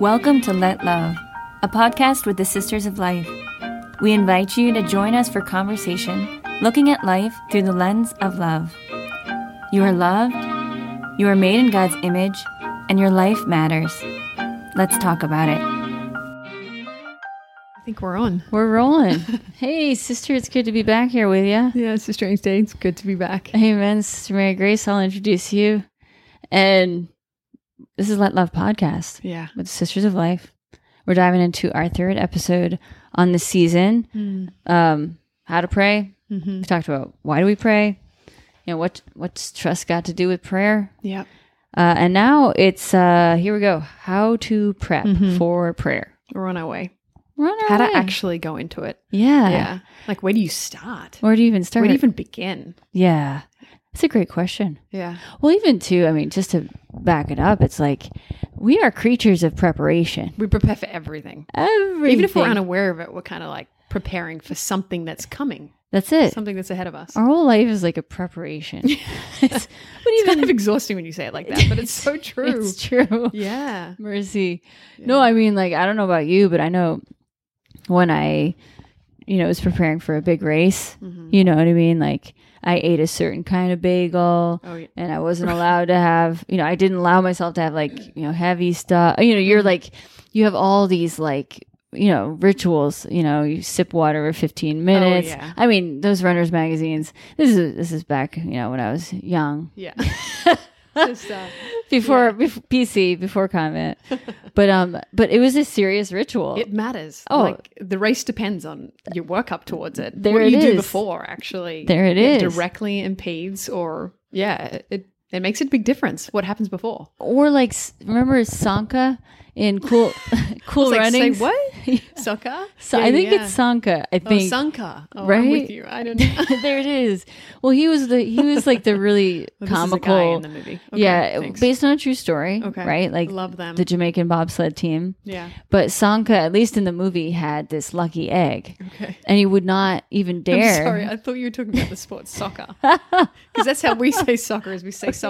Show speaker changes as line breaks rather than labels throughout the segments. Welcome to Let Love, a podcast with the Sisters of Life. We invite you to join us for conversation looking at life through the lens of love. You are loved, you are made in God's image, and your life matters. Let's talk about it.
I think we're on.
We're rolling. hey, sister, it's good to be back here with you.
Yeah, it's a strange day. It's good to be back.
Hey, man, Sister Mary Grace, I'll introduce you. And this is Let Love Podcast
Yeah.
with Sisters of Life. We're diving into our third episode on the season.
Hmm.
Um, how to pray.
Mm-hmm.
We talked about why do we pray. You know what? What's trust got to do with prayer?
Yeah.
Uh, and now it's uh, here we go. How to prep
Mm-hmm.
for prayer.
We're on our way.
We're on our
How
way.
to actually go into it.
yeah.
Yeah. Like, where do you start?
Where do you even start?
Where do you even begin?
yeah, it's a great question.
Yeah.
Well, even too, I mean, just to back it up, it's like we are creatures of preparation.
We prepare for everything.
Everything.
Even if we're unaware of it, we're kind of like preparing for something that's coming,
That's it.
something that's ahead of us.
Our whole life is like a preparation. it's, but
It's
even
kind of exhausting when you say it like that, but it's so true.
it's true.
yeah.
Mercy. No, I mean, like, I don't know about you, but I know when I, you know, was preparing for a big race,
Mhm.
you know what I mean? Like, I ate a certain kind of bagel.
Oh, yeah.
and I wasn't allowed to have, you know, I didn't allow myself to have like, you know, heavy stuff. You know, you're like, you have all these like, you know, rituals. You know, you sip water for 15 minutes.
Oh, yeah.
I mean, those runners magazines. This is this is back, you know, when I was young,
Yeah. Just, uh,
before, bef- PC, before comment. but um, but it was a serious ritual.
it matters.
Oh.
Like the race depends on your work up towards it.
There
what
it
you do
is.
before actually
There it
it
is.
directly impedes or yeah, it it makes a big difference what happens before.
or like, s- remember Sanka in Cool Cool
It's like, say
Runnings?
what? Soccer?
So I think it's Sanka. I
oh,
think
Sanka. Oh, I'm
Right?
with you. I don't know.
there it is. Well, he was the he was like the really
Well, this is a guy
comical.
in the movie.
yeah,
thanks.
based on a true story.
Okay.
right? Like
Love them.
the Jamaican bobsled team.
yeah.
But Sanka, at least in the movie, had this lucky egg,
Okay.
and he would not even dare.
I'm sorry. I thought you were talking about the sport soccer. Because that's how we say soccer is we say soccer.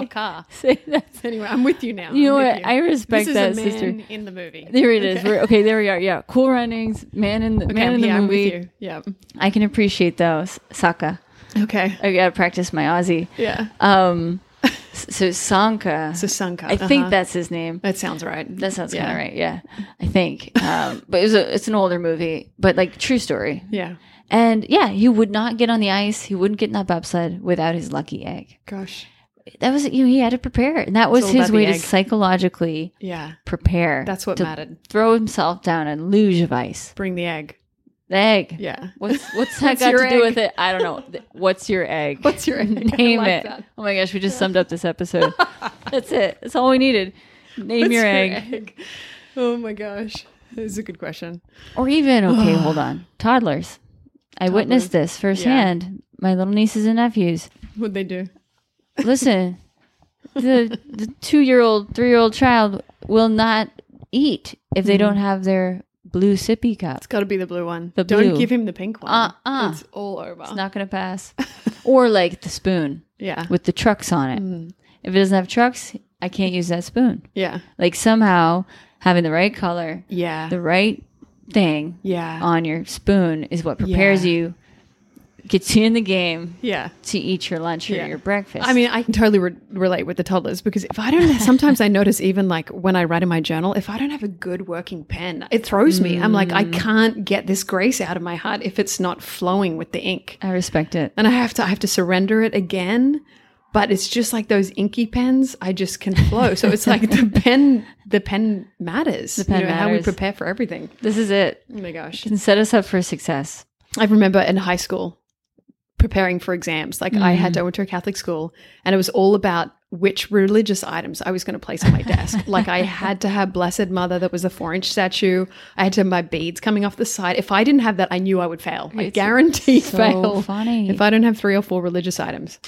Say that.
Anyway, I'm with you now.
You know
I'm with
what? I respect
this is
that,
a man
sister.
in the movie.
There it is. We're, okay, there we are. Yeah, cool runnings. Man in the man
I'm
in the
here, I'm with
movie.
you. Yeah.
I can appreciate those. Sanka.
Okay.
I gotta practice my Aussie.
Yeah.
Um, s- so Sanka.
So Sanka.
I think
uh-huh.
that's his name.
that sounds right.
That sounds
yeah.
kind of right. Yeah, I think. Um, but it was a, it's an older movie, but like true story.
Yeah.
And yeah, he would not get on the ice. He wouldn't get in that bobsled without his lucky egg.
Gosh.
That was you know he had to prepare, and that was
all about
his
the
way
egg.
to psychologically
Yeah.
prepare.
That's what
to
mattered.
Throw himself down a luge of ice.
Bring the egg.
The egg.
Yeah.
What's what's that
What's
got
your
to do
egg?
with it? I don't know. Th- What's your egg?
What's your egg? I
Name
like
it.
that.
Oh my gosh, we just summed up this episode. That's it. That's all we needed. Name
What's
your egg.
Oh my gosh. This is a good question.
Or even, okay, hold on. Toddlers. I witnessed this firsthand. My little nieces and nephews.
What'd they do?
Listen, the, the two year old, three year old child will not eat if
Mm-hmm.
they don't have their blue sippy cup.
It's got to be the blue one.
The
Don't
blue.
give him the pink one.
Uh-uh.
It's all over.
It's not going to pass. or like the spoon
yeah.
with the trucks on it.
Mm-hmm.
If it doesn't have trucks, I can't use that spoon.
yeah.
Like somehow having the right color,
Yeah.
the right thing
yeah.
on your spoon is what prepares
Yeah.
you, gets you in the game.
yeah.
to eat your lunch or
Yeah.
your breakfast.
I mean, I can totally re- relate with the toddlers because if I don't, sometimes I notice even like when I write in my journal, if I don't have a good working pen, it throws me. I'm like,
Mm.
I can't get this grace out of my heart if it's not flowing with the ink.
I respect it.
and I have to I have to surrender it again. But it's just like those inky pens, I just can flow. So it's like the pen the pen matters. The
pen
how we
matters.
prepare for everything.
This is it.
Oh my gosh.
Can set us up for success.
I remember in high school preparing for exams. Like I
Mm.
had to went to a Catholic school and it was all about which religious items I was going to place on my desk. like I had to have Blessed Mother that was a four inch statue. I had to have my beads coming off the side. If I didn't have that, I knew I would fail. I guaranteed
so
fail.
funny.
If I don't have three or four religious items.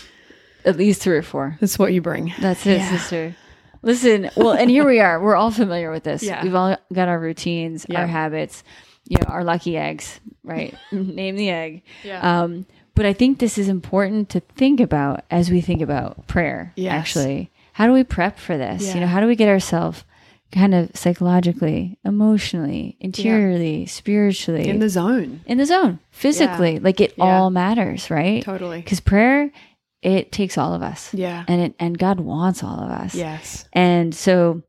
At least three or four.
That's what you bring.
That's it, sister. Listen, well, and here we are. We're all familiar with this.
Yeah.
We've all got our routines,
Yeah.
our habits, you know, our lucky eggs, right? Name the egg.
Mm-hmm. Yeah.
Um, but I think this is important to think about as we think about prayer,
Yes.
actually. How do we prep for this?
Yeah.
You know, how do we get ourselves kind of psychologically, emotionally, interiorly, spiritually,
in the zone.
in the zone, physically. Like it
Yeah.
all matters, right?
Totally.
Because prayer, it takes all of us,
Yeah.
and it and God wants all of us.
Yes.
And so,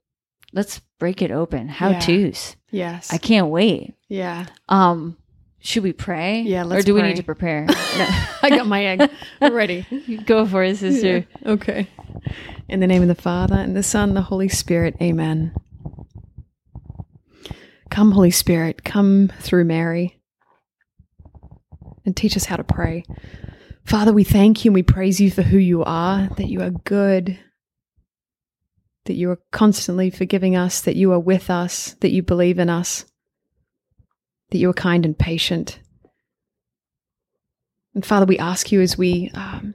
let's break it open. How
Yeah.
tos?
Yes.
I can't wait.
yeah.
Um, should we pray?
Yeah,
or
let's
do we need
pray.
to prepare?
I got my egg ready.
Go for it, sister.
Yeah. Okay. In the name of the Father, and the Son, and the Holy Spirit. Amen. Come, Holy Spirit, come through Mary and teach us how to pray. Father, we thank you and we praise you for who you are, that you are good, that you are constantly forgiving us, that you are with us, that you believe in us, that you are kind and patient. And Father, we ask you as we um,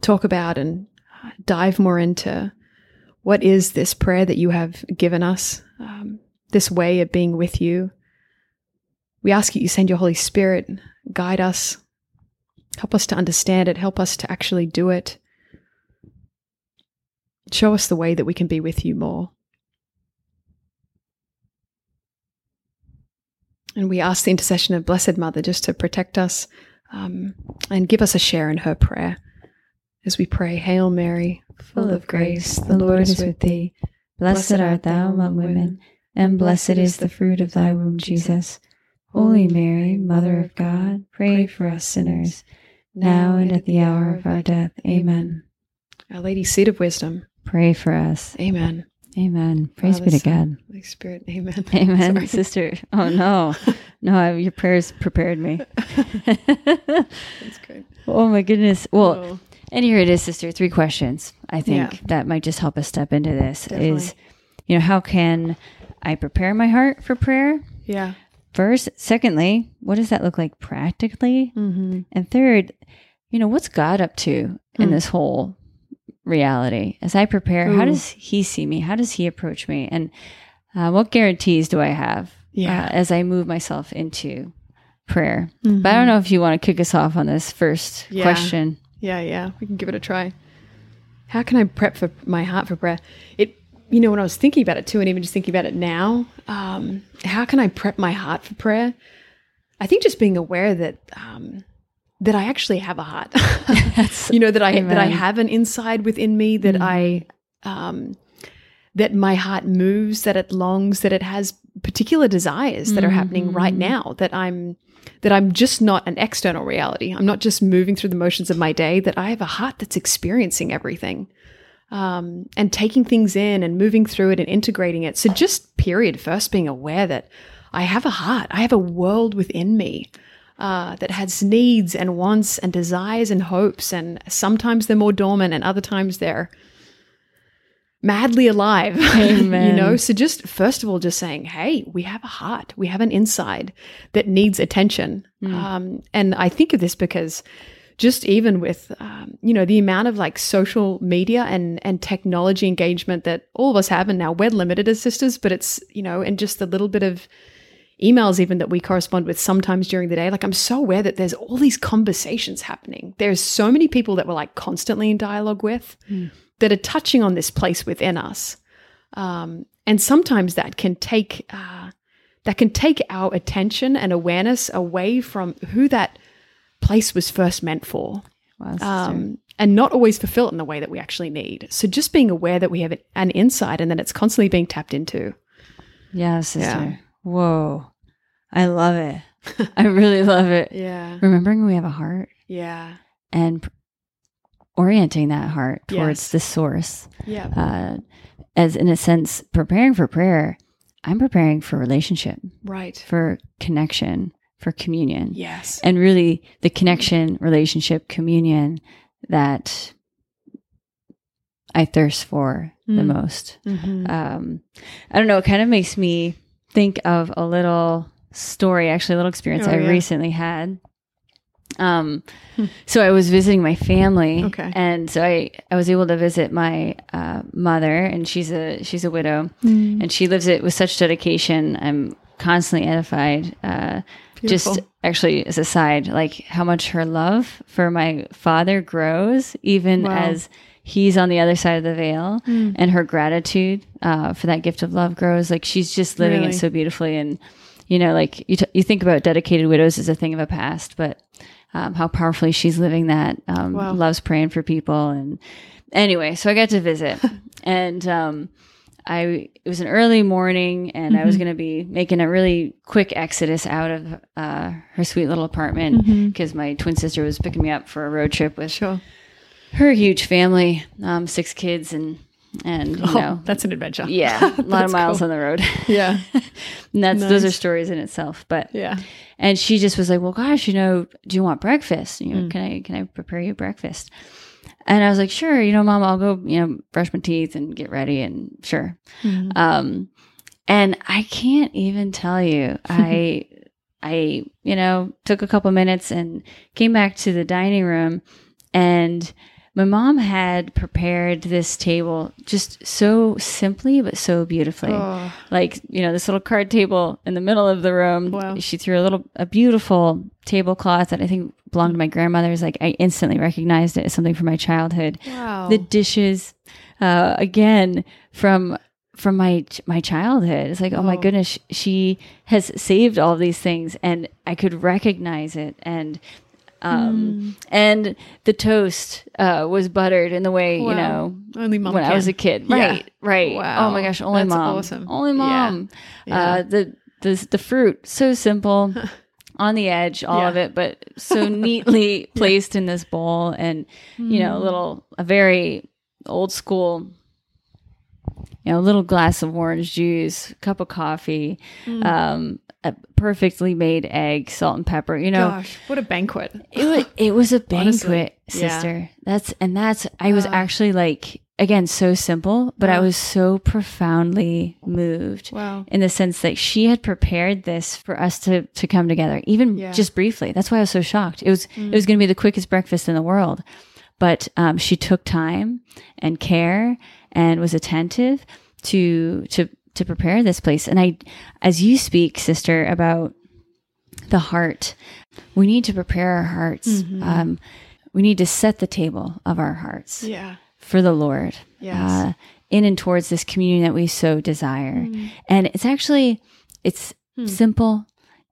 talk about and uh, dive more into what is this prayer that you have given us, um, this way of being with you. We ask you, you send your Holy Spirit, guide us, help us to understand it, help us to actually do it. Show us the way that we can be with you more. And we ask the intercession of Blessed Mother just to protect us um, and give us a share in her prayer as we pray, Hail Mary, full of grace, the Lord is with thee.
Blessed art thou among women, and blessed is the fruit of thy womb, Jesus. Holy Mary, Mother of God, pray for us sinners, now and at the hour of our death. Amen.
Our Lady, Seat of Wisdom.
Pray for us.
Amen.
Amen. Praise be to God.
Son, Holy Spirit. Amen.
Amen,
Sorry.
sister. Oh, no. No, I, your prayers prepared me.
That's great.
oh, my goodness. Well,
Oh,
And here it is, sister. Three questions. I think
Yeah.
that might just help us step into this. Is
Definitely.
you know how can I prepare my heart for prayer?
yeah.
First, secondly, what does that look like practically?
Mm-hmm.
And third, you know what's God up to in
Hmm.
this whole reality? As I prepare,
Ooh.
how does He see me? How does He approach me? And uh, what guarantees do I have
Yeah.
uh, as I move myself into prayer? But I don't know if you want to kick us off on this first
Mm-hmm. Yeah.
question.
Yeah, yeah. We can give it a try. How can I prep for my heart for prayer? It, you know, when I was thinking about it too, and even just thinking about it now, um, how can I prep my heart for prayer? I think just being aware that um, that I actually have a heart. you know that I that I
Amen.
have an inside within me that I um, that my heart moves, that it longs, that it has particular desires that are happening right now. That I'm that I'm just not an external reality. I'm not just moving through the motions of my day. That I have a heart that's experiencing everything. Um, and taking things in and moving through it and integrating it. So, just period, first being aware that I have a heart, I have a world within me uh, that has needs and wants and desires and hopes. And sometimes they're more dormant, and other times they're madly alive. you
Amen.
know, so just first of all, just saying, hey, we have a heart, we have an inside that needs attention. Um, and I think of this because just even with um, you know the amount of like social media and and technology engagement that all of us have and now we're limited as sisters but it's you know and just the little bit of emails even that we correspond with sometimes during the day like i'm so aware that there's all these conversations happening there's so many people that we're like constantly in dialogue with that are touching on this place within us um, and sometimes that can take uh, that can take our attention and awareness away from who that place was first meant for
Wow, sister.
um, and not always fulfill it in the way that we actually need. So just being aware that we have an insight and that it's constantly being tapped into.
Yeah, sister. Whoa. I love it. I really love it.
Yeah.
Remembering we have a heart
Yeah.
and pr- orienting that heart towards
Yes.
the source.
Yeah.
Uh, as in a sense, preparing for prayer, I'm preparing for relationship,
Right.
for connection, for communion.
Yes.
And really the connection, relationship, communion that I thirst for the
Mm.
most.
Mm-hmm.
um, I don't know, it kind of makes me think of a little story, actually, a little experience
Oh,
I
yeah. Hmm.
recently had. Um, so I was visiting my family,
Okay.
and so I, I was able to visit my uh, mother, and she's a she's a widow,
Mm.
and she lives it with such dedication. I'm constantly edified. Uh, just
Beautiful.
actually as a side, like how much her love for my father grows, even
Wow. Hmm.
as he's on the other side of the veil and her gratitude uh, for that gift of love grows like she's just living
Really.
it so beautifully and you know like you, t- you think about dedicated widows as a thing of a past but um, how powerfully she's living that um,
Wow.
loves praying for people and anyway so i got to visit and um, i it was an early morning and i was
Mm-hmm.
going to be making a really quick exodus out of uh, her sweet little apartment
Mm-hmm.
because my twin sister was picking me up for a road trip with
Sure.
her huge family, um, six kids, and and you
Oh,
know,
that's an adventure.
yeah, a lot of
That's
miles
cool.
on the road.
Yeah.
and that's those are
Nice.
stories in itself. But
Yeah.
and she just was like, "Well, gosh, you know, do you want breakfast? You know, can I can I prepare you breakfast?" And I was like, "Sure, you know, mom, I'll go, you know, brush my teeth and get ready, and sure." Um, and I can't even tell you, I. I, you know, took a couple minutes and came back to the dining room and my mom had prepared this table just so simply but so beautifully
Oh,
like you know this little card table in the middle of the room
Wow.
she threw a little a beautiful tablecloth that i think belonged to my grandmother's like i instantly recognized it as something from my childhood
Oh, wow.
the dishes uh, again from from my my childhood it's like oh, my
Oh.
goodness sh- she has saved all these things and i could recognize it and
Hmm.
um and the toast uh was buttered in the way
Wow.
you know
only mum
when I
can.
was a kid.
Yeah.
Right, right.
Wow.
Oh my gosh, only
That's
mom.
awesome.
Only
Yeah.
mom.
Yeah.
Uh, the the the fruit so simple, on the edge, all
Yeah.
of it, but so neatly placed in this bowl, and you know, a
Mm.
little a very old school. You know, a little glass of orange juice, cup of coffee,
Mm.
um, a perfectly made egg, salt and pepper. You know,
Gosh, what a banquet.
it was it was a
Honestly,
banquet,
yeah.
sister. That's and that's I was actually like again so simple, but I was so profoundly moved
Wow.
in the sense that she had prepared this for us to to come together, even
Yeah. Mm.
just briefly. That's why I was so shocked. It was it was going to be the quickest breakfast in the world, but um, she took time and care and was attentive to to to prepare this place. And I, as you speak, sister, about the heart, we need to prepare our hearts.
Mm-hmm.
Um, we need to set the table of our hearts
Yeah.
for the Lord
Yes.
uh, in and towards this communion that we so desire.
Mm-hmm.
And it's actually it's simple.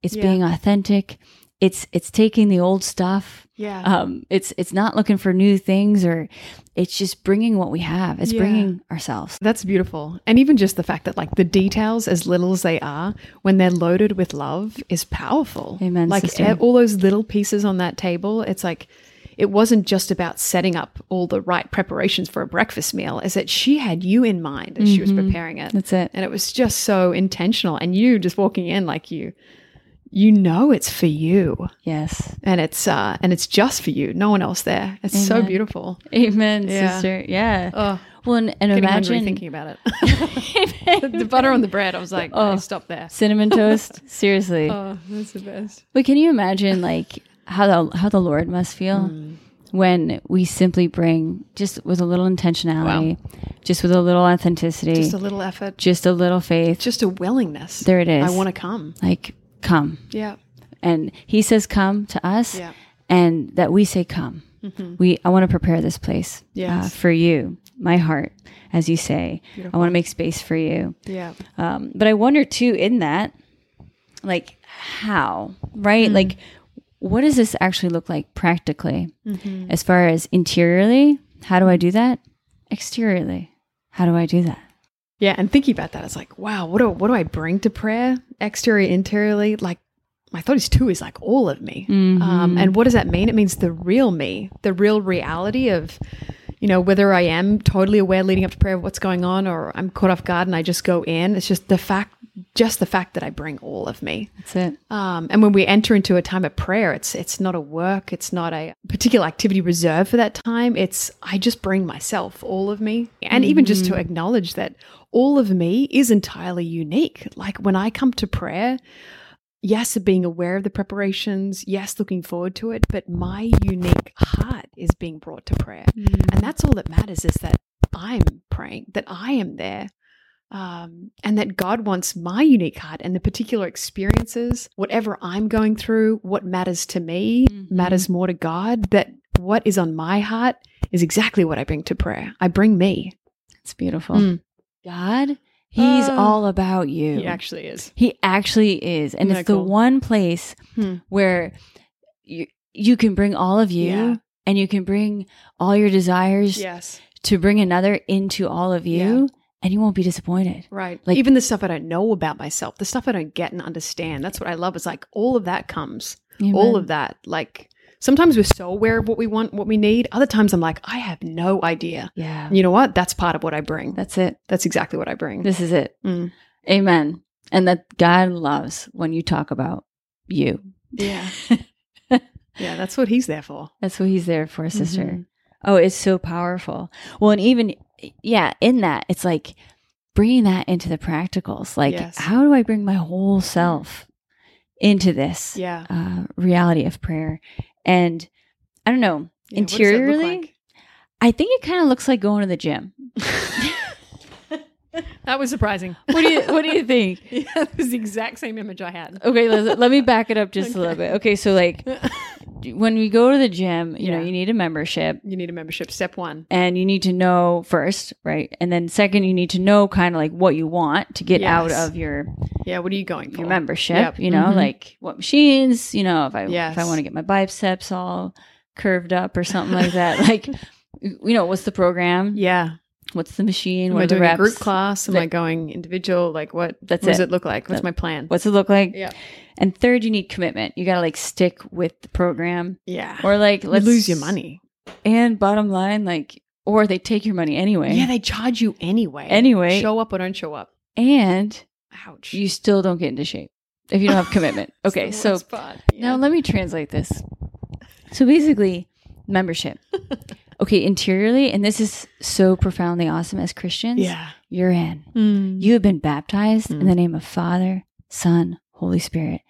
It's
Hmm. Yeah.
being authentic. It's it's taking the old stuff.
Yeah.
Um, it's it's not looking for new things or it's just bringing what we have. It's
Yeah.
bringing ourselves.
That's beautiful. And even just the fact that like the details as little as they are when they're loaded with love is powerful.
Amen,
Like
sister.
e- all those little pieces on that table, it's like it wasn't just about setting up all the right preparations for a breakfast meal, is that she had you in mind as she was preparing it.
Mm-hmm. That's it.
And it was just so intentional and you just walking in like you you know it's for you
Yes.
and it's uh and it's just for you, no one else there. It's so
Amen.
beautiful.
Amen,
Yeah.
sister. Yeah.
Oh,
well, and, and
getting hungry
imagine
thinking about it. the, the butter on the bread, I was like, oh, stop there.
cinnamon toast. Seriously.
Oh, that's the best.
But can you imagine like how the how the Lord must feel
Mm.
when we simply bring just with a little intentionality, just with a little authenticity,
Just a little effort, ju-
just a little faith.
just a willingness.
There it is.
I want to come.
Like come.
Yeah.
And he says come to us
Yeah. Mm-hmm.
and that we say come. We I want to prepare this place
Yes.
for you, my heart, as you say. I want to make space for you.
Yeah.
Um, but I wonder too in that, like how, right? Like, what does this actually look like practically as far as interiorly? How do I do that? Exteriorly, how do I do that?
Yeah. And thinking about that, it's like, wow, what do, what do I bring to prayer exterior, interiorly? Like, my thought is too is like all of me. Um, and what does that mean? It means the real me, the real reality of, you know, whether I am totally aware leading up to prayer of what's going on or I'm caught off guard and I just go in. It's just the fact, just the fact that I bring all of me.
That's it.
Um, and when we enter into a time of prayer, it's it's not a work, it's not a particular activity reserved for that time. It's I just bring myself, all of me, and even just to acknowledge that all of me is entirely unique. Like when I come to prayer, yes, being aware of the preparations, yes, looking forward to it, but my unique heart is being brought to prayer,
Hmm.
and that's all that matters is that I'm praying, that I am there, um, and that God wants my unique heart and the particular experiences, whatever I'm going Mm-hmm. through, what matters to me matters more to God, that what is on my heart is exactly what I bring to prayer. I bring me.
It's beautiful.
Mm.
Hmm. God, He's
Oh.
all about you.
He actually is.
He actually is. And
Isn't
it's
that
the
cool?
one place
Hmm.
where you, you can bring all of you
Yeah.
and you can bring all your desires
Yes.
to bring another into all of you and you won't be disappointed.
Right.
Like-
even the stuff I don't know about myself, the stuff I don't get and understand. That's what I love. Is like all of that comes. All of that. Like sometimes we're so aware of what we want, what we need. Other times I'm like, I have no idea.
Yeah.
And you know what? That's part of what I bring.
That's it.
That's exactly what I bring.
This is it.
Mm.
Amen. And that God loves when you talk about you.
Yeah. yeah, that's what he's there for.
That's what he's there for, sister. Oh, it's so powerful. Well, and even, yeah, in that, it's like bringing that into the practicals. Like,
Yes.
how do I bring my whole self into this
Yeah.
uh, reality of prayer? And I don't know,
Yeah, what does that look
interiorly,
like?
I think it kind of looks like going to the gym.
That was surprising.
What do you What do you think?
yeah, that was the exact same image I had.
Okay, let, let me back it up just a little bit. Okay, so like when we go to the gym, you know,
Yeah.
you need a membership.
You need a membership. Step one.
and you need to know first, right? And then second, you need to know kind of like what you want to get out
Yes.
of your
Yeah, what are you going for?
your membership.
Yep.
You know,
Mhm.
like what machines. You know, if I if I
Yes.
want to get my biceps all curved up or something like that, like you know, what's the program?
Yeah.
What's the machine?
Am
What
I
are the
doing a
reps?
group class? Am
That-
I going individual? Like what,
That's
what does
it.
it. look like? What's my plan?
What's it look like?
Yeah.
And third, you need commitment. You got to like stick with the program,
Yeah.
or like
You
let's
lose your money.
And bottom line, like, or they take your money anyway.
Yeah, they charge you anyway.
Anyway.
Show up or don't show up.
and
Ouch.
you still don't get into shape if you don't have commitment.
It's
Okay,
the
so
worst part.
now let me translate this. So basically, membership. Okay, interiorly, and this is so profoundly awesome as Christians.
Yeah.
You're in.
Mm.
You have been baptized in
Mm.
the name of Father, Son, Holy Spirit.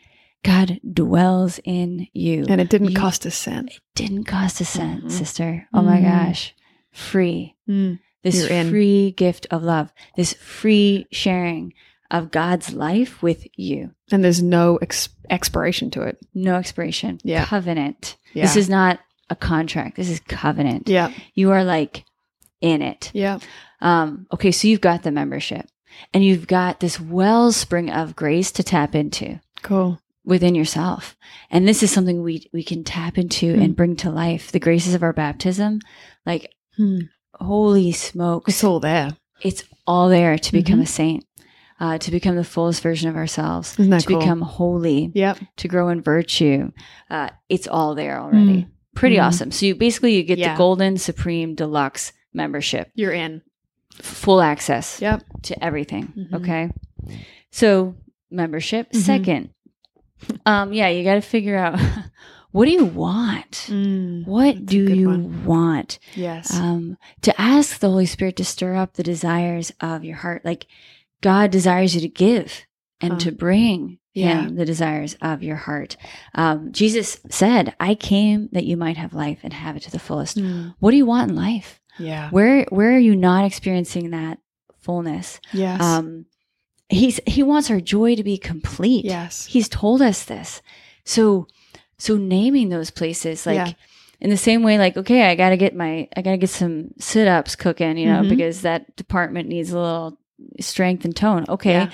God dwells in you.
and it didn't
you-
cost a cent.
Didn't cost a cent,
Mhm.
sister. Oh my
Mm.
gosh. Free.
Mm.
This
You're in.
free gift of love, this free sharing of God's life with you.
And there's no ex- expiration to it.
no expiration
Yeah.
covenant
Yeah.
this is not a contract this is covenant
yeah.
you are like in it
Yeah.
um okay so you've got the membership and you've got this wellspring of grace to tap into
Cool.
within yourself and this is something we we can tap into
Hmm.
and bring to life the graces of our baptism like
Hmm.
holy smokes
It's all there.
it's all there to become a saint uh, to become the fullest version of ourselves
Mm-hmm. Isn't that
to
cool?
become holy
Yep.
to grow in virtue uh, it's all there already pretty
Mm.
awesome so you basically you get
Yeah.
the golden supreme deluxe membership
You're in.
F- full access
Yep.
to everything
Mhm.
okay so membership
Mhm.
second um yeah you got to figure out what do you want
Mm,
what
That's a
do
good
you
one.
want
Yes.
um, to ask the Holy Spirit to stir up the desires of your heart. Like God desires you to give and
Uh,
to bring
yeah.
Him the desires of your heart. Um, Jesus said, "I came that you might have life and have it to the fullest."
Mm.
What do you want in life?
Yeah.
Where where are you not experiencing that fullness?
Yes.
Um, he's He wants our joy to be complete.
yes.
He's told us this. So so naming those places like
Yeah.
in the same way like okay, I got to get my I got to get some sit-ups cooking, you know,
Mhm.
because that department needs a little strength and tone. Okay,
Yeah.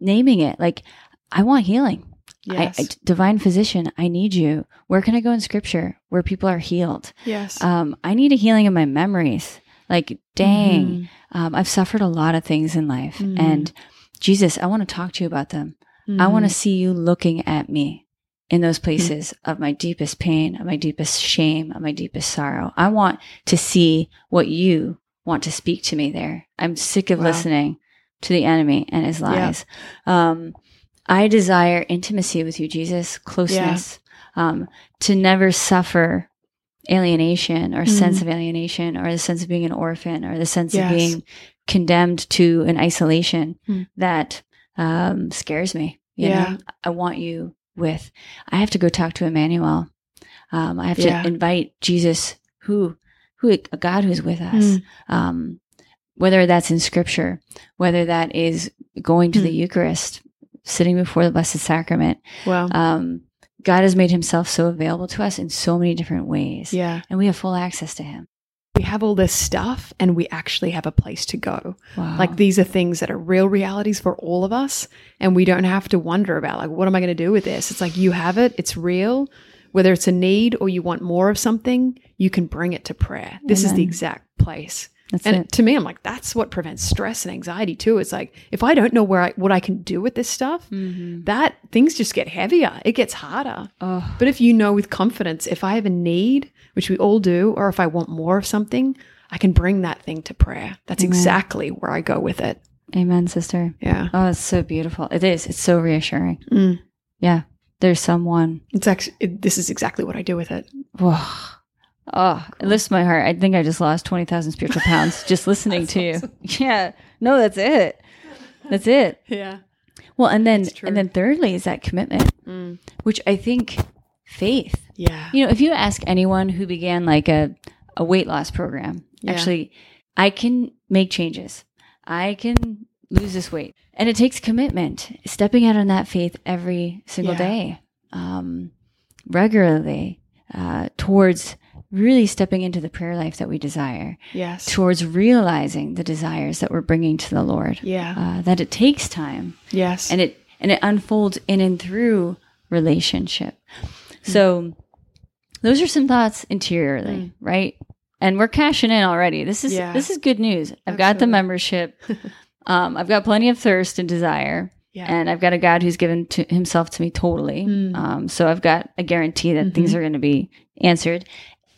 naming it like I want healing.
Yes.
I, I- divine physician, I need you. Where can I go in scripture where people are healed?
yes.
Um I need a healing in my memories. Like dang,
Mm-hmm.
um, I've suffered a lot of things in life
Mhm.
and Jesus, I want to talk to you about them.
Mhm.
I want to see you looking at me in
Mm-hmm.
those places of my deepest pain, of my deepest shame, of my deepest sorrow. I want to see what you want to speak to me there. I'm sick of
Wow.
listening to the enemy and his lies. Um, I desire intimacy with you, Jesus, closeness, um, to never suffer alienation or sense
Mhm.
of alienation or the sense of being an orphan or the sense
Yes.
of being condemned to an isolation
Mm.
that um, scares me. You
Yeah.
know, I want you with. I have to go talk to Emmanuel. Um, I have
Yeah.
to invite Jesus, who, who a God who's with us.
Mm.
Um, whether that's in Scripture, whether that is going
Mm.
to the Eucharist, sitting before the Blessed Sacrament.
Wow.
Um, God has made Himself so available to us in so many different ways,
yeah.
and we have full access to Him.
we have all this stuff and we actually have a place to go.
Wow.
Like these are things that are real realities for all of us and we don't have to wonder about like what am I going to do with this? It's like you have it, it's real. Whether it's a need or you want more of something, you can bring it to prayer. This is the exact place.
That's
and
it.
to me, I'm like, that's what prevents stress and anxiety too. It's like if I don't know where I, what I can do with this stuff,
Mm-hmm.
that things just get heavier. It gets harder.
Oh,
But if you know with confidence, if I have a need, which we all do, or if I want more of something, I can bring that thing to prayer. That's exactly where I go with it.
amen, sister.
Yeah.
Oh, it's so beautiful. It is. It's so reassuring.
Mm.
Yeah. There's someone.
It's actually, it, this is exactly what I do with it.
Whoa. Oh, it lifts my heart. I think I just lost 20,000 spiritual pounds just listening to you. Yeah. No, that's it. That's it.
Yeah.
Well, and then
true.
and then thirdly is that commitment, which I think faith.
Yeah.
You know, if you ask anyone who began like a, a weight loss program,
Yeah.
actually, I can make changes. I can lose this weight. And it takes commitment, stepping out on that faith every single
Yeah.
day, um, regularly, uh, towards really stepping into the prayer life that we desire,
Yes.
towards realizing the desires that we're bringing to the Lord.
yeah.
Uh, that it takes time
yes.
and it and it unfolds in and through relationship
Hmm.
so those are some thoughts interiorly right and we're cashing in already this is
Hmm. Yeah.
this is good news i've got the
Absolutely.
membership um, i've got plenty of thirst and desire
yeah.
and i've got a god who's given to himself to me totally
Mm.
um, so i've got a guarantee that things
Mm-hmm.
are going to be answered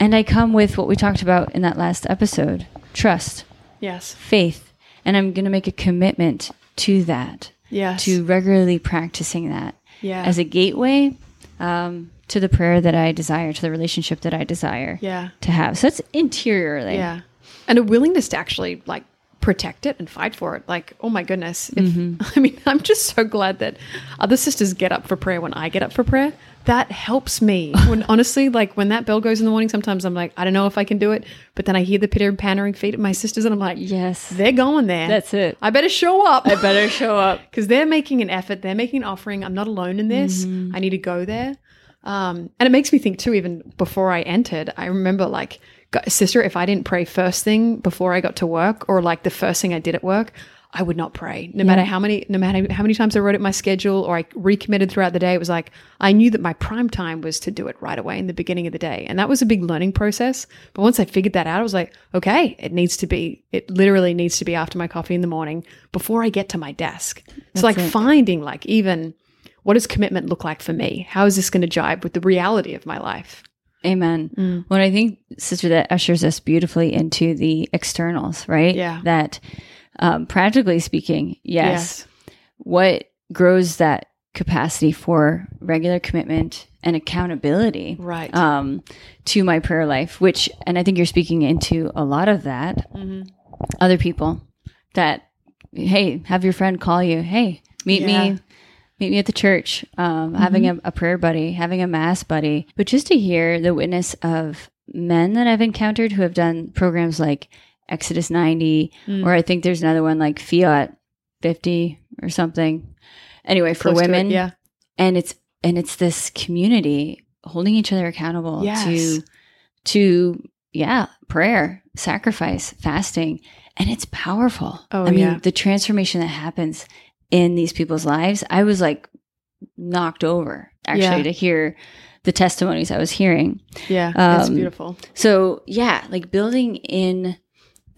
and i come with what we talked about in that last episode trust
yes.
faith and i'm going to make a commitment to that
Yes.
to regularly practicing that
yeah.
as a gateway um, to the prayer that I desire, to the relationship that I desire
yeah.
to have. So that's interiorly.
Yeah. And a willingness to actually like protect it and fight for it. Like, oh my goodness. If,
Mm-hmm.
I mean, I'm just so glad that other sisters get up for prayer when I get up for prayer. That helps me. When honestly, like when that bell goes in the morning, sometimes I'm like, I don't know if I can do it. But then I hear the pitter and pattering feet of my sisters and I'm like,
Yes.
they're going there.
That's it.
I better show up.
I better show up.
because they're making an effort they're making an offering i'm not alone in this
Mm-hmm.
i need to go there um, and it makes me think too even before i entered i remember like go- sister if i didn't pray first thing before i got to work or like the first thing i did at work i would not pray no matter how many no matter how many times i wrote it in my schedule or i recommitted throughout the day it was like i knew that my prime time was to do it right away in the beginning of the day and that was a big learning process but once i figured that out i was like okay it needs to be it literally needs to be after my coffee in the morning before i get to my desk so like finding like even what does commitment look like for me? How is this going to jibe with the reality of my life?
Amen.
Mm.
When I think, sister, that ushers us beautifully into the externals, right?
Yeah.
That um, practically speaking, yes, what grows that capacity for regular commitment and accountability
Right.
um, to my prayer life which and i think you're speaking into a lot of that
Mm-hmm.
other people that hey have your friend call you hey meet
Yeah.
me meet me at the church um, having
Mm-hmm.
a, a prayer buddy having a mass buddy but just to hear the witness of men that i've encountered who have done programs like exodus 90
Mm.
or i think there's another one like fiat 50 or something anyway for
Close to it,
women
Yeah.
and it's and it's this community holding each other accountable
Yes.
to to yeah prayer sacrifice fasting and it's powerful
Oh,
i mean
yeah.
the transformation that happens in these people's lives i was like knocked over actually
Yeah.
to hear the testimonies i was hearing
Yeah. it's
Um,
beautiful.
so yeah like building in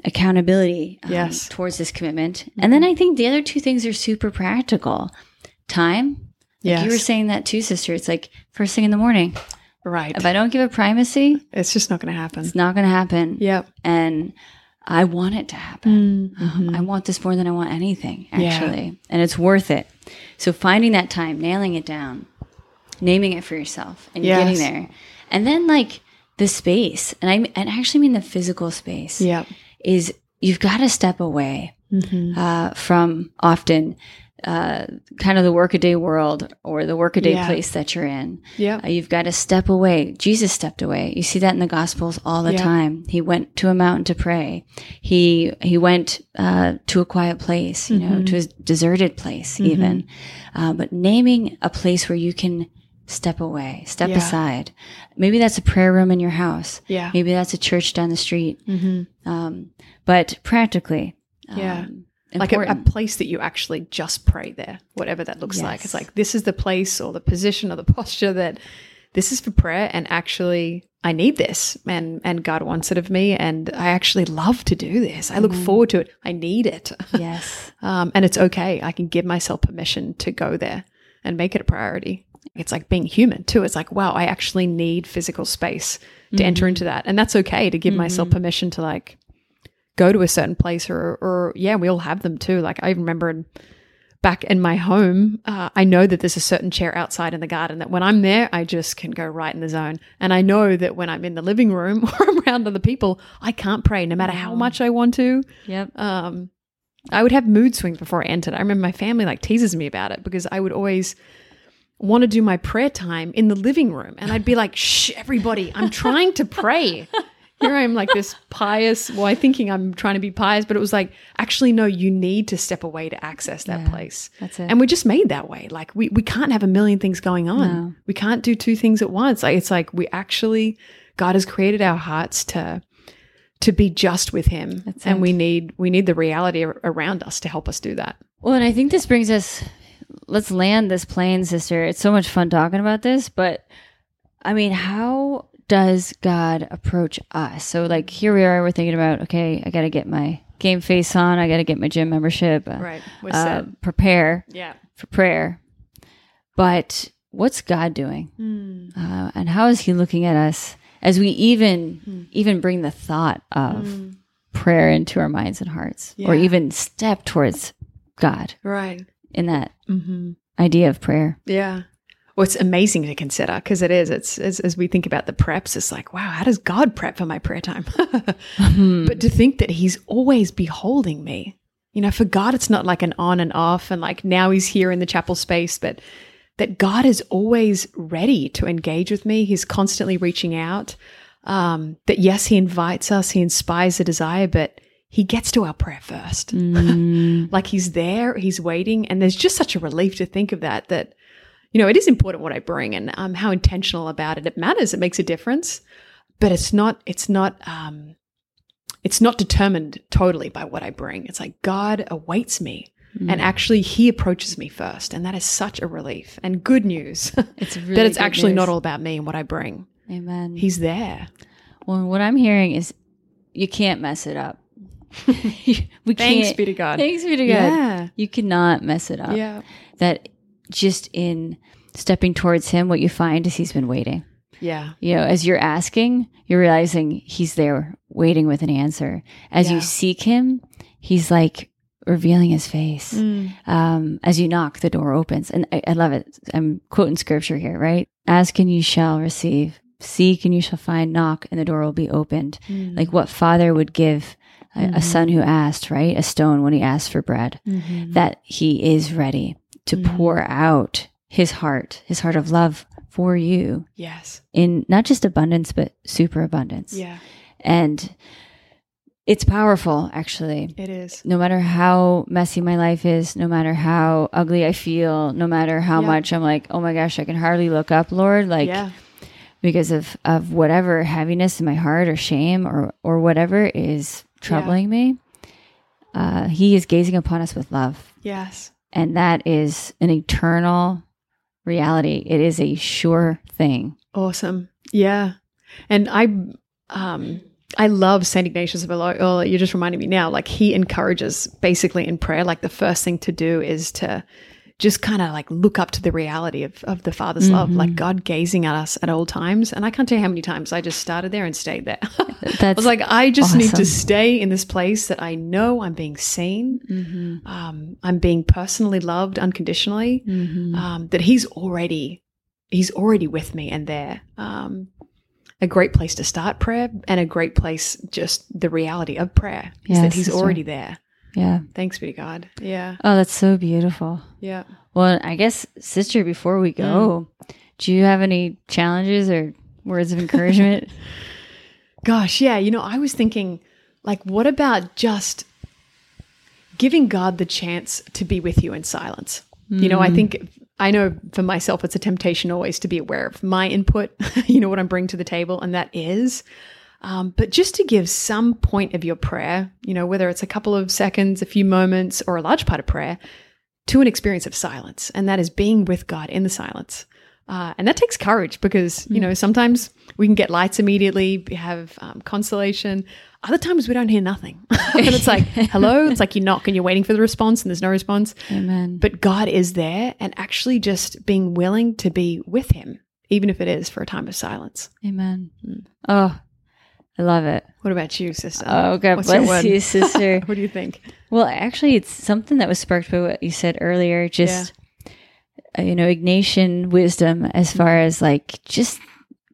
accountability um,
Yes.
towards this commitment and then i think the other two things are super practical time like
Yeah.
you were saying that too, sister. It's like first thing in the morning.
right.
If I don't give it primacy,
It's just not going to happen.
it's not going to happen.
Yep.
And I want it to happen.
Mm-hmm.
Um, I want this more than I want anything, actually. And it's worth it. So finding that time, nailing it down, naming it for yourself, and
Yes.
getting there, and then like the space, and I and I actually mean the physical space
Yep.
is you've got to step away
Mm-hmm.
uh, from often uh, kind of the workaday world or the workaday
Yeah.
place that you're in.
Yep.
Uh, you've got to step away. Jesus stepped away. You see that in the Gospels all the
Yeah.
time. He went to a mountain to pray. He he went uh, to a quiet place,
Mm-hmm.
you know, to a deserted place, even. Uh, but naming a place where you can step away, step
Yeah.
aside. Maybe that's a prayer room in your house.
Yeah.
Maybe that's a church down the street.
Mm-hmm.
Um, but practically,
Yeah.
um,
Like a, a
important.
place that you actually just pray there, whatever that looks like.
Yes.
It's like this is the place or the position or the posture that this is for prayer and actually I need this and and God wants it of me and I actually love to do this. I look forward to it. I need it.
Mm-hmm. yes.
Um, and it's okay. I can give myself permission to go there and make it a priority. It's like being human too. It's like, wow, I actually need physical space to
Mm-hmm.
enter into that. And that's okay to give myself permission to like go to a certain place or, or yeah, we all have them too. Like I remember in, back in my home, uh, I know that there's a certain chair outside in the garden that when I'm there, I just can go right in the zone. And I know that when I'm in the living room or around other people, I can't pray no matter how much I want to
Yep.
um, I would have mood swings before I entered. I remember my family like teases me about it because I would always want to do my prayer time in the living room, and I'd be like, "Shh, everybody, I'm trying to pray." Here I am, like this pious. Well, I thinking I'm trying to be pious, but it was like, actually, no, you need to step away to access that
Yeah,
place.
that's it.
And we're just made that way. Like we we can't have a million things going on.
No.
We can't do two things at once. Like, it's like we actually God has created our hearts to to be just with him
That's
and
it.
we need we need the reality ar- around us to help us do that
Well, and I think this brings us. Let's land this plane, sister. It's so much fun talking about this, but I mean, how does God approach us? So, like, here we are. We're thinking about, okay, I got to get my game face on. I got to get my gym membership. uh,
we're
Uh, prepare
yeah
for prayer. But what's God doing, uh, and how is He looking at us as we even even bring the thought of prayer into our minds and hearts, or
Yeah.
even step towards God?
right
in that
mm-hmm.
idea of prayer.
yeah well it's amazing to consider because it is it's as, as we think about the preps it's like wow how does god prep for my prayer time but to think that he's always beholding me you know for god it's not like an on and off and like now he's here in the chapel space but that god is always ready to engage with me he's constantly reaching out um, that yes he invites us he inspires the desire but he gets to our prayer first like he's there he's waiting and there's just such a relief to think of that that you know it is important what i bring and um, how intentional about it it matters it makes a difference but it's not it's not um, it's not determined totally by what i bring it's like god awaits me
Mm.
and actually he approaches me first and that is such a relief and good news
It's really
that it's
good
actually not
news.
all about me and what i bring
Amen.
he's there
well, what I'm hearing is you can't mess it up. we
thanks
can't.
be to god
Thanks be to God. Uh,
yeah
You cannot mess it up.
yeah
That just in stepping towards Him, what you find is He's been waiting.
yeah
You know, as you're asking, you're realizing He's there waiting with an answer. As you
Yeah.
seek Him, He's like revealing His face. um, as you knock, the door opens. And I, I love it. I'm quoting scripture here, right? Ask and you shall receive. Seek and you shall find. Knock and the door will be opened.
Mm.
Like what father would give a,
Mm-hmm.
a son who asked, right? A stone when he asked for bread, that he is ready to
Mm-hmm.
pour out his heart, his heart of love for you
yes
in not just abundance, but superabundance.
yeah
And it's powerful, actually
it is
no matter how messy my life is, no matter how ugly I feel, no matter how
Yeah.
much I'm like, oh my gosh, I can hardly look up, Lord, like
yeah
because of of whatever heaviness in my heart or shame or or whatever is troubling me. Uh, he is gazing upon us with love,
yes
and that is an eternal reality. It is a sure thing.
Awesome. Yeah. And I um I love St. Ignatius of Loyola. Oh, you just reminded me now. Like he encourages basically in prayer, like the first thing to do is to just kind of like look up to the reality of, of the Father's love,
Mm-hmm.
like God gazing at us at all times. And I can't tell you how many times I just started there and stayed there. I
That's
was like, I just need
awesome.
to stay in this place that I know I'm being seen,
Mhm.
um, I'm being personally loved unconditionally
Mhm.
um, that he's already he's already with me and there um, a great place to start prayer and a great place just the reality of prayer is
Yeah,
that he's
sister.
already there
yeah.
thanks be to god yeah
Oh, that's so beautiful.
yeah
Well, I guess, sister, before we go, do you have any challenges or words of encouragement?
gosh yeah you know i was thinking like what about just giving god the chance to be with you in silence you know i think I know for myself, it's a temptation always to be aware of my input, you know, what I'm bringing to the table, and that is. Um, but just to give some point of your prayer, you know, whether it's a couple of seconds, a few moments, or a large part of prayer, to an experience of silence. And that is being with God in the silence. Uh, and that takes courage because,
Hmm.
you know, sometimes we can get lights immediately, we have um, consolation. Other times we don't hear nothing. and it's like, hello, it's like you knock and you're waiting for the response and there's no response.
Amen.
But God is there and actually just being willing to be with Him, even if it is for a time of silence.
Amen. Oh, I love it.
What about you, sister?
Oh, God
What's your word?
bless you, sister.
what do you think?
Well, actually, it's something that was sparked by what you said earlier. Just uh, you know, Ignatian wisdom as far as like just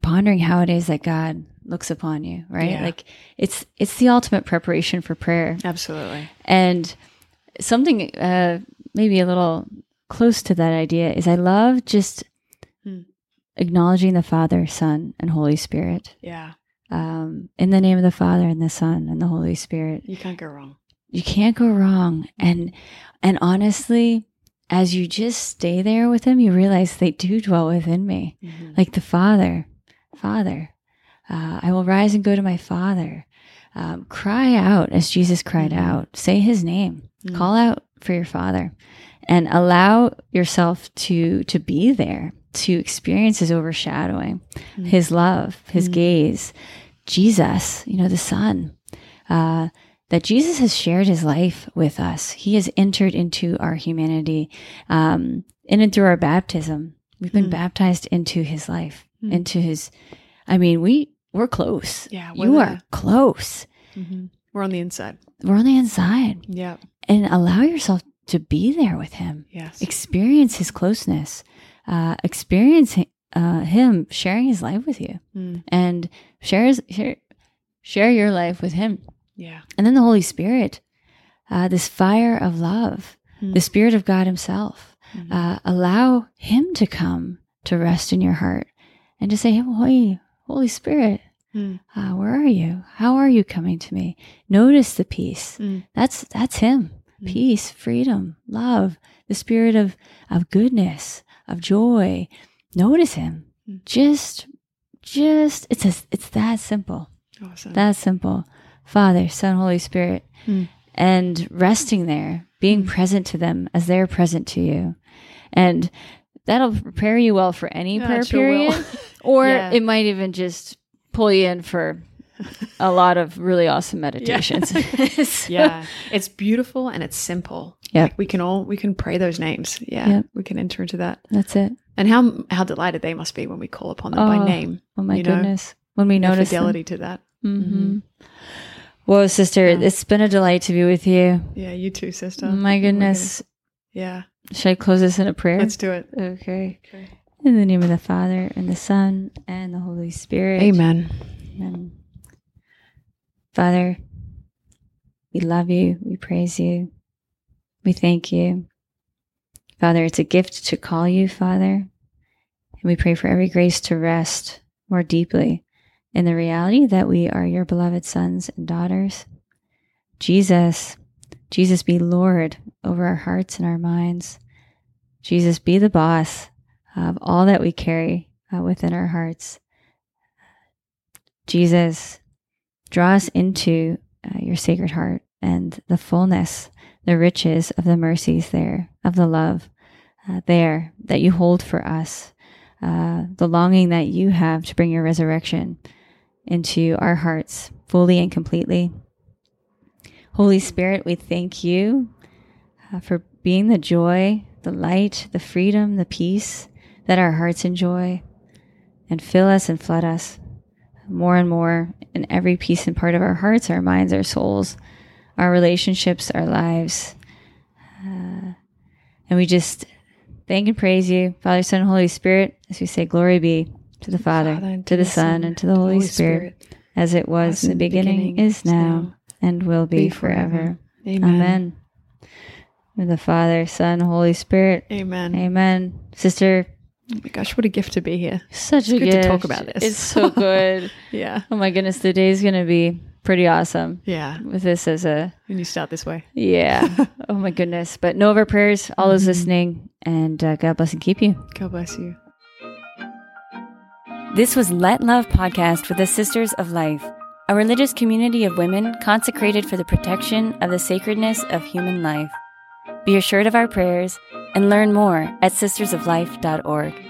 pondering how it is that God looks upon you, right?
Yeah.
Like it's it's the ultimate preparation for prayer,
Absolutely.
and something uh, maybe a little close to that idea is I love just
Hmm.
acknowledging the Father, Son, and Holy Spirit.
Yeah.
Um, in the name of the Father and the Son and the Holy Spirit
You can't go wrong.
you can't go wrong and and honestly as you just stay there with him you realize they do dwell within me
Mm-hmm.
like the father father uh, i will rise and go to my father um, cry out as jesus cried
Mhm.
out say his name
Mhm.
call out for your father and allow yourself to to be there to experience his overshadowing
Mhm.
his love his
Mhm.
gaze jesus you know the son uh, that Jesus has shared his life with us. He has entered into our humanity um, in and through our baptism. We've been
Mm.
baptized into his life,
Mm.
into his. I mean, we we're close.
Yeah, we're
you are
there.
close.
We're on the inside.
We're on the inside,
Yeah.
and allow yourself to be there with him.
Yes.
Experience his closeness. Uh, experience hi- uh, him sharing his life with you,
Mm.
and share his, share share your life with him.
Yeah.
And then the Holy Spirit, uh, this fire of love,
Mm.
the Spirit of God Himself,
Mhm.
uh, allow Him to come to rest in your heart and to say, Holy, Holy Spirit,
Mm.
uh, where are you? How are you coming to me? Notice the peace.
Mm.
That's that's Him.
Mm.
Peace, freedom, love, the spirit of of goodness, of joy. Notice Him.
Mm.
Just, just it's a, it's that simple.
Awesome.
That simple. Father, Son, Holy Spirit.
Mm.
And resting there, being
Hmm.
present to them as they're present to you. And that'll prepare you well for any
Yeah,
prayer
it sure will.
period. or
Yeah.
it might even just pull you in for a lot of really awesome meditations. So-
yeah. It's beautiful and it's simple.
Yep.
Like, we can all we can pray those names. Yeah.
Yep.
We can enter into that.
That's it.
And how how delighted they must be when we call upon them by
Oh,
name.
Oh my
You know,
goodness. When we
Their
notice them.
fidelity to that. Mm-hmm.
Mhm. Well, sister,
Yeah.
it's been a delight to be with you.
Yeah, you too, sister.
Oh my goodness.
Yeah.
Should I close this in a prayer?
Let's do it.
okay. In the name of the Father, and the Son, and the Holy Spirit.
Amen.
Amen. Father, we love you. We praise you. We thank you. Father, it's a gift to call you, Father. And we pray for every grace to rest more deeply in the reality that we are your beloved sons and daughters. Jesus, Jesus be Lord over our hearts and our minds. Jesus be the boss of all that we carry uh, within our hearts. Jesus, draw us into uh, your sacred heart and the fullness, the riches of the mercies there, of the love uh, there that you hold for us, uh, the longing that you have to bring your resurrection into our hearts fully and completely. Holy Spirit, we thank you uh, for being the joy, the light, the freedom, the peace that our hearts enjoy, and fill us and flood us more and more in every piece and part of our hearts, our minds, our souls, our relationships, our lives. Uh, and we just thank and praise you, Father, Son, and Holy Spirit, as we say, Glory be to the Father,
and
to the Son, and to the Holy, Spirit as it
As
was in the
in the
beginning,
beginning,
is
is
now,
now,
and will be,
be
forever.
forever.
Amen.
Amen.
With the Father, Son, Holy Spirit.
Amen.
Amen. Sister,
Oh my gosh, what a gift to be here.
such a
good to talk
gift.
about this.
It's so good.
Yeah.
oh my goodness, the day's gonna be pretty awesome
Yeah.
with this as a
When you start this way.
yeah. oh my goodness. But know of our prayers, all those listening,
And uh, God bless and keep you.
God bless you.
This was Let Love Podcast with the Sisters of Life, a religious community of women consecrated for the protection of the sacredness of human life. Be assured of our prayers and learn more at sistersoflife.org.